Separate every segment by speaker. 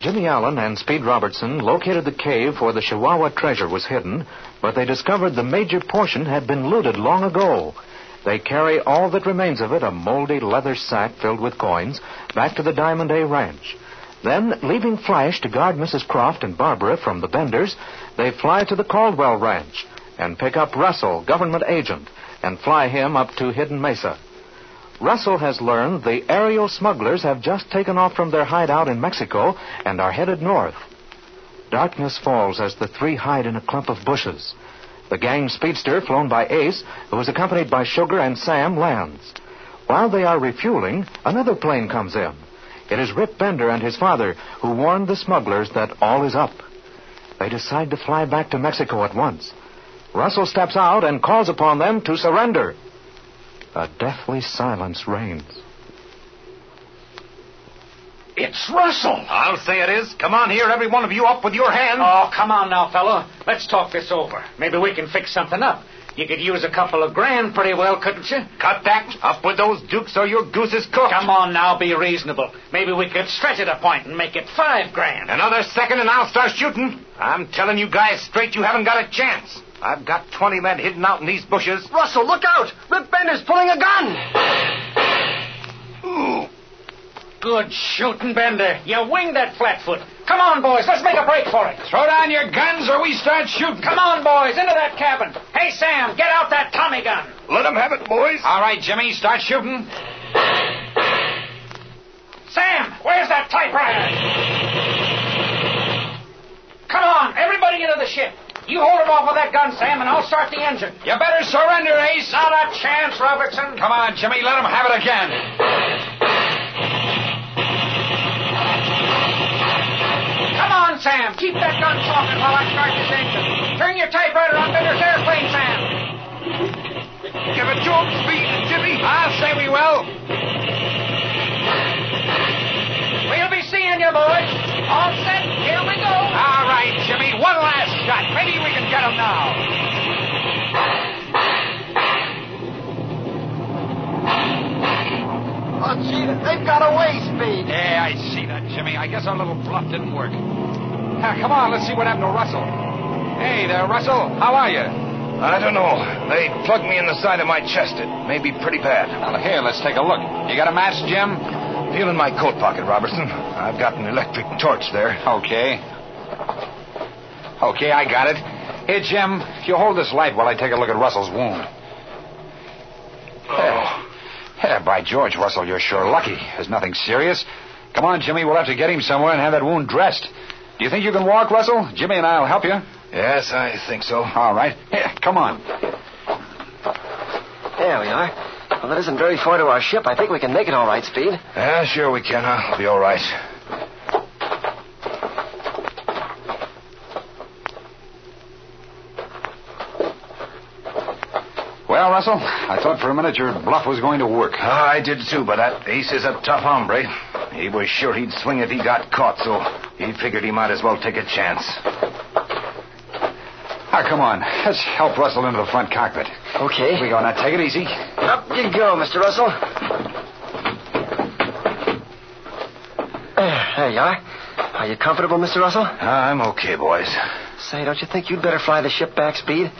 Speaker 1: Jimmy Allen and Speed Robertson located the cave where the Chihuahua treasure was hidden, but they discovered the major portion had been looted long ago. They carry all that remains of it, a moldy leather sack filled with coins, back to the Diamond A Ranch. Then, leaving Flash to guard Mrs. Croft and Barbara from the Benders, they fly to the Caldwell Ranch and pick up Russell, government agent, and fly him up to Hidden Mesa. Russell has learned the aerial smugglers have just taken off from their hideout in Mexico and are headed north. Darkness falls as the three hide in a clump of bushes. The gang speedster, flown by Ace, who is accompanied by Sugar and Sam, lands. While they are refueling, another plane comes in. It is Rip Bender and his father who warned the smugglers that all is up. They decide to fly back to Mexico at once. Russell steps out and calls upon them to surrender. A deathly silence reigns.
Speaker 2: It's Russell.
Speaker 3: I'll say it is. Come on here, every one of you, up with your hands.
Speaker 2: Oh, come on now, fella. Let's talk this over. Maybe we can fix something up. You could use a couple of grand pretty well, couldn't you?
Speaker 3: Cut that. Up with those dukes or your goose is cooked.
Speaker 2: Come on now, be reasonable. Maybe we could stretch it a point and make it five grand.
Speaker 3: Another second and I'll start shooting. I'm telling you guys straight, you haven't got a chance. I've got 20 men hidden out in these bushes.
Speaker 4: Russell, look out! Rip Bender's pulling a gun!
Speaker 2: Ooh. Good shooting, Bender. You winged that flatfoot. Come on, boys, let's make a break for it.
Speaker 5: Throw down your guns or we start shooting.
Speaker 2: Come on, boys, into that cabin. Hey, Sam, get out that Tommy gun.
Speaker 3: Let 'em have it, boys.
Speaker 5: All right, Jimmy, start shooting.
Speaker 2: Sam, where's that typewriter? Come on, everybody into the ship. You hold him off with that gun, Sam, and I'll start the engine.
Speaker 5: You better surrender, Ace.
Speaker 2: Not a chance, Robertson.
Speaker 5: Come on, Jimmy, let him have it again.
Speaker 2: Come on, Sam. Keep that gun talking while I start this engine. Turn your typewriter on Bender's airplane, Sam.
Speaker 3: Give it to him, Speed, Jimmy.
Speaker 5: I'll say we will.
Speaker 2: We'll be seeing you, boys. All set. Here we go.
Speaker 5: All right, Jimmy, one last shot. Maybe we can get him now.
Speaker 4: Oh, gee, they've got away, Speed.
Speaker 5: Yeah, I see that, Jimmy. I guess our little bluff didn't work. Now, come on, let's see what happened to Russell. Hey there, Russell. How are you?
Speaker 3: I don't know. They plugged me in the side of my chest. It may be pretty bad.
Speaker 5: Now, look here, let's take a look. You got a match, Jim?
Speaker 3: Feel in my coat pocket, Robertson. I've got an electric torch there.
Speaker 5: Okay. Okay, I got it. Here, Jim, you hold this light while I take a look at Russell's wound.
Speaker 3: Oh.
Speaker 5: Yeah, Eh, by George, Russell, you're sure lucky. There's nothing serious. Come on, Jimmy, we'll have to get him somewhere and have that wound dressed. Do you think you can walk, Russell? Jimmy and I'll help you.
Speaker 3: Yes, I think so.
Speaker 5: All right. Here, come on.
Speaker 4: There we are. Well, that isn't very far to our ship. I think we can make it all right, Speed.
Speaker 3: Yeah, sure we can, huh? We'll be all right.
Speaker 5: Well, Russell, I thought for a minute your bluff was going to work.
Speaker 3: Ah, I did too, but that ace is a tough hombre. He was sure he'd swing if he got caught, so he figured he might as well take a chance.
Speaker 5: Now, Ah, come on. Let's help Russell into the front cockpit. Here we
Speaker 4: Okay.
Speaker 5: go. Now, take it easy.
Speaker 4: Up you go, Mr. Russell. There there you are. Are you comfortable, Mr. Russell?
Speaker 3: I'm okay, boys.
Speaker 4: Say, don't you think you'd better fly the ship back, Speed?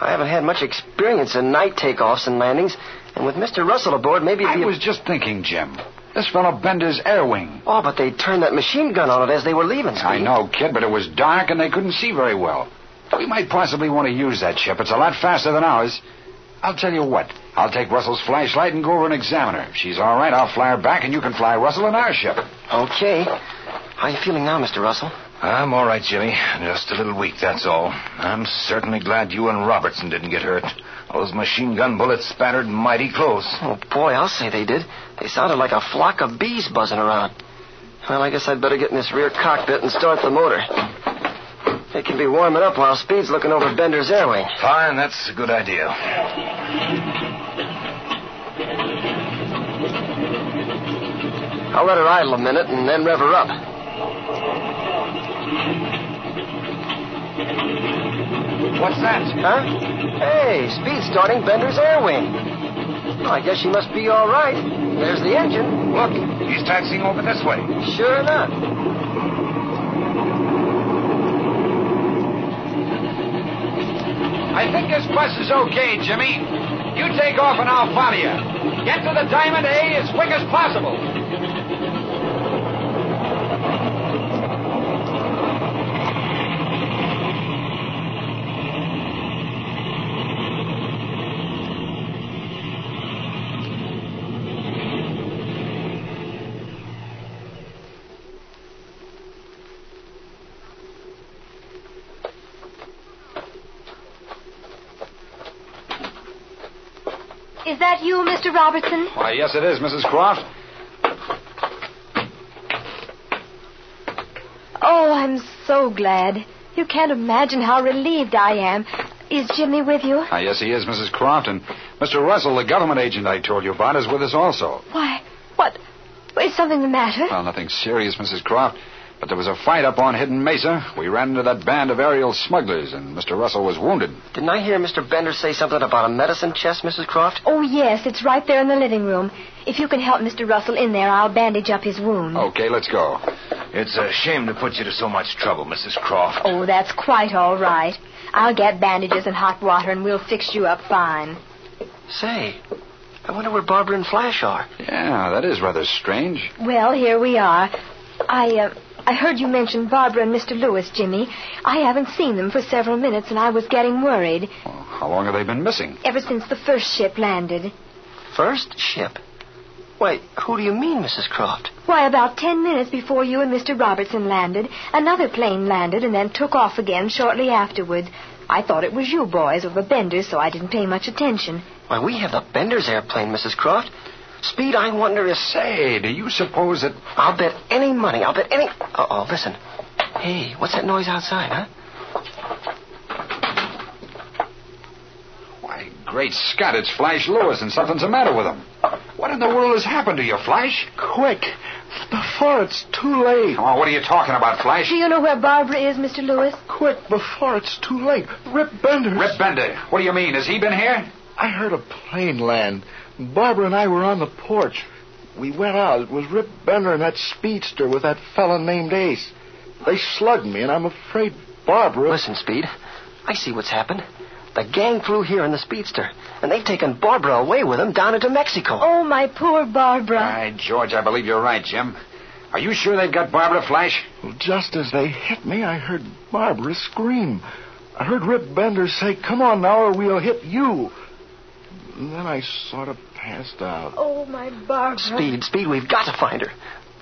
Speaker 4: I haven't had much experience in night takeoffs and landings, and with Mr. Russell aboard, maybe it'd
Speaker 5: I
Speaker 4: be. a-
Speaker 5: was just thinking, Jim. This fellow Bender's air wing.
Speaker 4: Oh, but they turned that machine gun on it as they were leaving, Speed.
Speaker 5: I know, kid, but it was dark and they couldn't see very well. We might possibly want to use that ship. It's a lot faster than ours. I'll tell you what. I'll take Russell's flashlight and go over and examine her. If she's all right, I'll fly her back and you can fly Russell in our ship.
Speaker 4: Okay. How are you feeling now, Mr. Russell?
Speaker 3: I'm all right, Jimmy. Just a little weak, that's all. I'm certainly glad you and Robertson didn't get hurt. Those machine gun bullets spattered mighty close.
Speaker 4: Oh, boy, I'll say they did. They sounded like a flock of bees buzzing around. Well, I guess I'd better get in this rear cockpit and start the motor. It can be warming up while Speed's looking over Bender's air wing.
Speaker 3: Fine, that's a good idea.
Speaker 4: I'll let her idle a minute and then rev her up.
Speaker 5: What's that?
Speaker 4: Huh? Hey, Speed's starting Bender's air wing. Well, I guess she must be all right. There's the engine.
Speaker 5: Look, he's taxiing over this way.
Speaker 4: Sure enough.
Speaker 5: I think this bus is okay, Jimmy. You take off and I'll follow you. Get to the Diamond A as quick as possible.
Speaker 6: Is that you, Mr. Robertson?
Speaker 5: Why, yes, it is, Mrs. Croft.
Speaker 6: Oh, I'm so glad. You can't imagine how relieved I am. Is Jimmy with you?
Speaker 5: Ah, yes, he is, Mrs. Croft. And Mr. Russell, the government agent I told you about, is with us also.
Speaker 6: Why? What? Is something the matter?
Speaker 5: Well, nothing serious, Mrs. Croft. But there was a fight up on Hidden Mesa. We ran into that band of aerial smugglers, and Mr. Russell was wounded.
Speaker 4: Didn't I hear Mr. Bender say something about a medicine chest, Mrs. Croft?
Speaker 6: Oh, yes, it's right there in the living room. If you can help Mr. Russell in there, I'll bandage up his wound.
Speaker 5: Okay, let's go.
Speaker 3: It's a shame to put you to so much trouble, Mrs. Croft.
Speaker 6: Oh, that's quite all right. I'll get bandages and hot water, and we'll fix you up fine.
Speaker 4: Say, I wonder where Barbara and Flash are.
Speaker 5: Yeah, that is rather strange.
Speaker 6: Well, here we are. I, uh, I heard you mention Barbara and Mr. Lewis, Jimmy. I haven't seen them for several minutes, and I was getting worried
Speaker 5: Well, how long have they been missing?
Speaker 6: ever since the first ship landed.
Speaker 4: First ship. Wait, who do you mean, Mrs. Croft?
Speaker 6: Why, about ten minutes before you and Mr. Robertson landed, another plane landed and then took off again shortly afterwards. I thought it was you boys or the Benders, so I didn't pay much attention.
Speaker 4: Why, we have the Bender's airplane, Mrs. Croft. Speed, I wonder if.
Speaker 5: Say, do you suppose that.
Speaker 4: I'll bet any money. I'll bet any. Uh oh, listen. Hey, what's that noise outside, huh?
Speaker 5: Why, great Scott, it's Flash Lewis, and something's the matter with him. What in the world has happened to you, Flash? Quick, before it's too late. Oh, what are you talking about, Flash?
Speaker 6: Do you know where Barbara is, Mr. Lewis?
Speaker 7: Quick, before it's too late. Rip Benders.
Speaker 5: Rip Bender. What do you mean? Has he been here?
Speaker 7: I heard a plane land. Barbara and I were on the porch. We went out. It was Rip Bender and that speedster with that fella named Ace. They slugged me, and I'm afraid Barbara.
Speaker 4: Listen, Speed. I see what's happened. The gang flew here in the speedster, and they've taken Barbara away with them down into Mexico.
Speaker 6: Oh, my poor Barbara.
Speaker 5: By George, I believe you're right, Jim. Are you sure they've got Barbara, Flash?
Speaker 7: Well, just as they hit me, I heard Barbara scream. I heard Rip Bender say, Come on now, or we'll hit you. And then I sort of passed out.
Speaker 6: Oh, my Barbara.
Speaker 4: Speed, Speed, we've got to find her.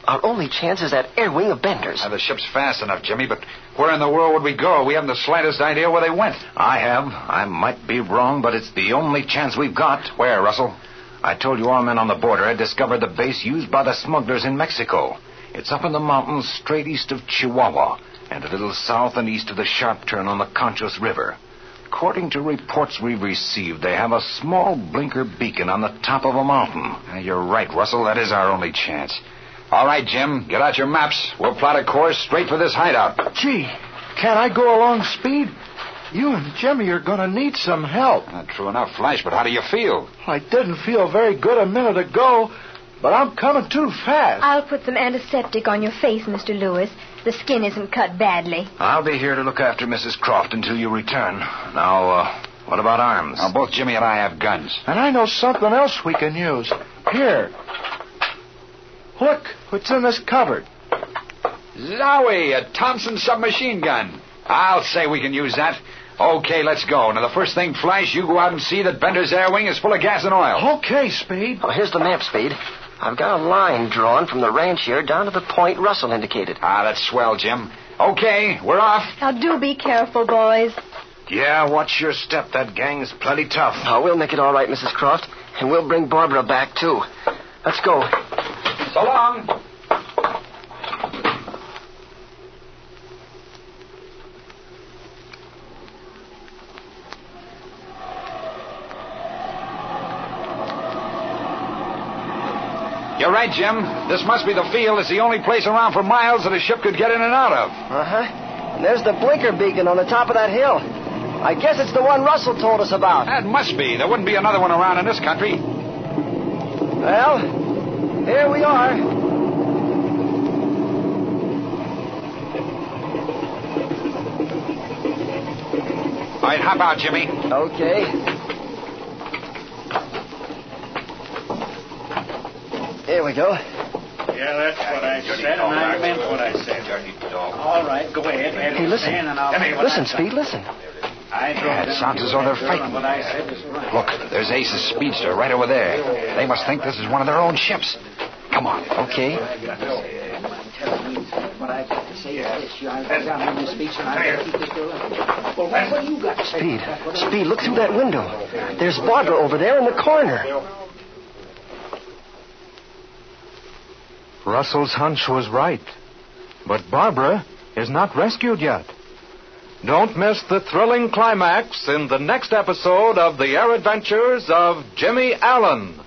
Speaker 4: Our only chance is that air wing of Bender's.
Speaker 5: Now, the ship's fast enough, Jimmy, but where in the world would we go? We haven't the slightest idea where they went.
Speaker 3: I have. I might be wrong, but it's the only chance we've got.
Speaker 5: Where, Russell?
Speaker 3: I told you our men on the border had discovered the base used by the smugglers in Mexico. It's up in the mountains straight east of Chihuahua and a little south and east of the sharp turn on the Conchos River. According to reports we've received, they have a small blinker beacon on the top of a mountain.
Speaker 5: Uh, You're right, Russell. That is our only chance. All right, Jim, get out your maps. We'll plot a course straight for this hideout.
Speaker 7: Gee, can't I go along speed? You and Jimmy are going to need some help.
Speaker 3: Uh,
Speaker 5: Not true enough, Flash, but how do you feel?
Speaker 7: I didn't feel very good a minute ago, but I'm coming too fast.
Speaker 6: I'll put some antiseptic on your face, Mr. Lewis. The skin isn't cut badly.
Speaker 3: I'll be here to look after Mrs. Croft until you return. Now, uh, what about arms?
Speaker 5: Now, both Jimmy and I have guns.
Speaker 7: And I know something else we can use. Here. Look, what's in this cupboard?
Speaker 5: Zowie, a Thompson submachine gun. I'll say we can use that. Okay, let's go. Now, the first thing, Flash, you go out and see that Bender's air wing is full of gas and oil.
Speaker 7: Okay, Speed.
Speaker 4: Oh, here's the map, Speed. I've got a line drawn from the ranch here down to the point Russell indicated.
Speaker 5: Ah, that's swell, Jim. Okay, we're off.
Speaker 6: Now, do be careful, boys.
Speaker 3: Yeah, watch your step. That gang's plenty tough.
Speaker 4: Oh, we'll make it all right, Mrs. Croft, and we'll bring Barbara back, too. Let's go.
Speaker 5: So long. You're right, Jim. This must be the field. It's the only place around for miles that a ship could get in and out of.
Speaker 4: Uh huh. And there's the blinker beacon on the top of that hill. I guess it's the one Russell told us about.
Speaker 5: That must be. There wouldn't be another one around in this country.
Speaker 4: Well, here we are.
Speaker 5: All
Speaker 1: right, hop out, Jimmy.
Speaker 4: Okay. Here we go.
Speaker 2: Yeah, that's what I said, and I meant what I said. All right, go ahead. Let
Speaker 4: Hey,
Speaker 2: it
Speaker 4: listen.
Speaker 2: stand, and I'll tell you what
Speaker 4: Listen,
Speaker 2: I
Speaker 4: Speed, listen.
Speaker 2: thought. I drove
Speaker 1: Yeah, it
Speaker 2: down
Speaker 1: sounds
Speaker 2: here
Speaker 1: as though they're
Speaker 2: with that girl,
Speaker 1: fighting.
Speaker 2: and What I said was right.
Speaker 1: Look, there's Ace's speedster right over there. They must think this is one of their own ships. Come on.
Speaker 4: Okay.
Speaker 2: What I've got to say is this. You- I wrote down in this speech, and I've got to keep this girl up. Well, what- what do you got to say?
Speaker 4: Speed, Speed, look through that window. There's Barbara over there in the corner.
Speaker 5: Russell's hunch was right. But Barbara is not rescued yet. Don't miss the thrilling climax in the next episode of The Air Adventures of Jimmy Allen.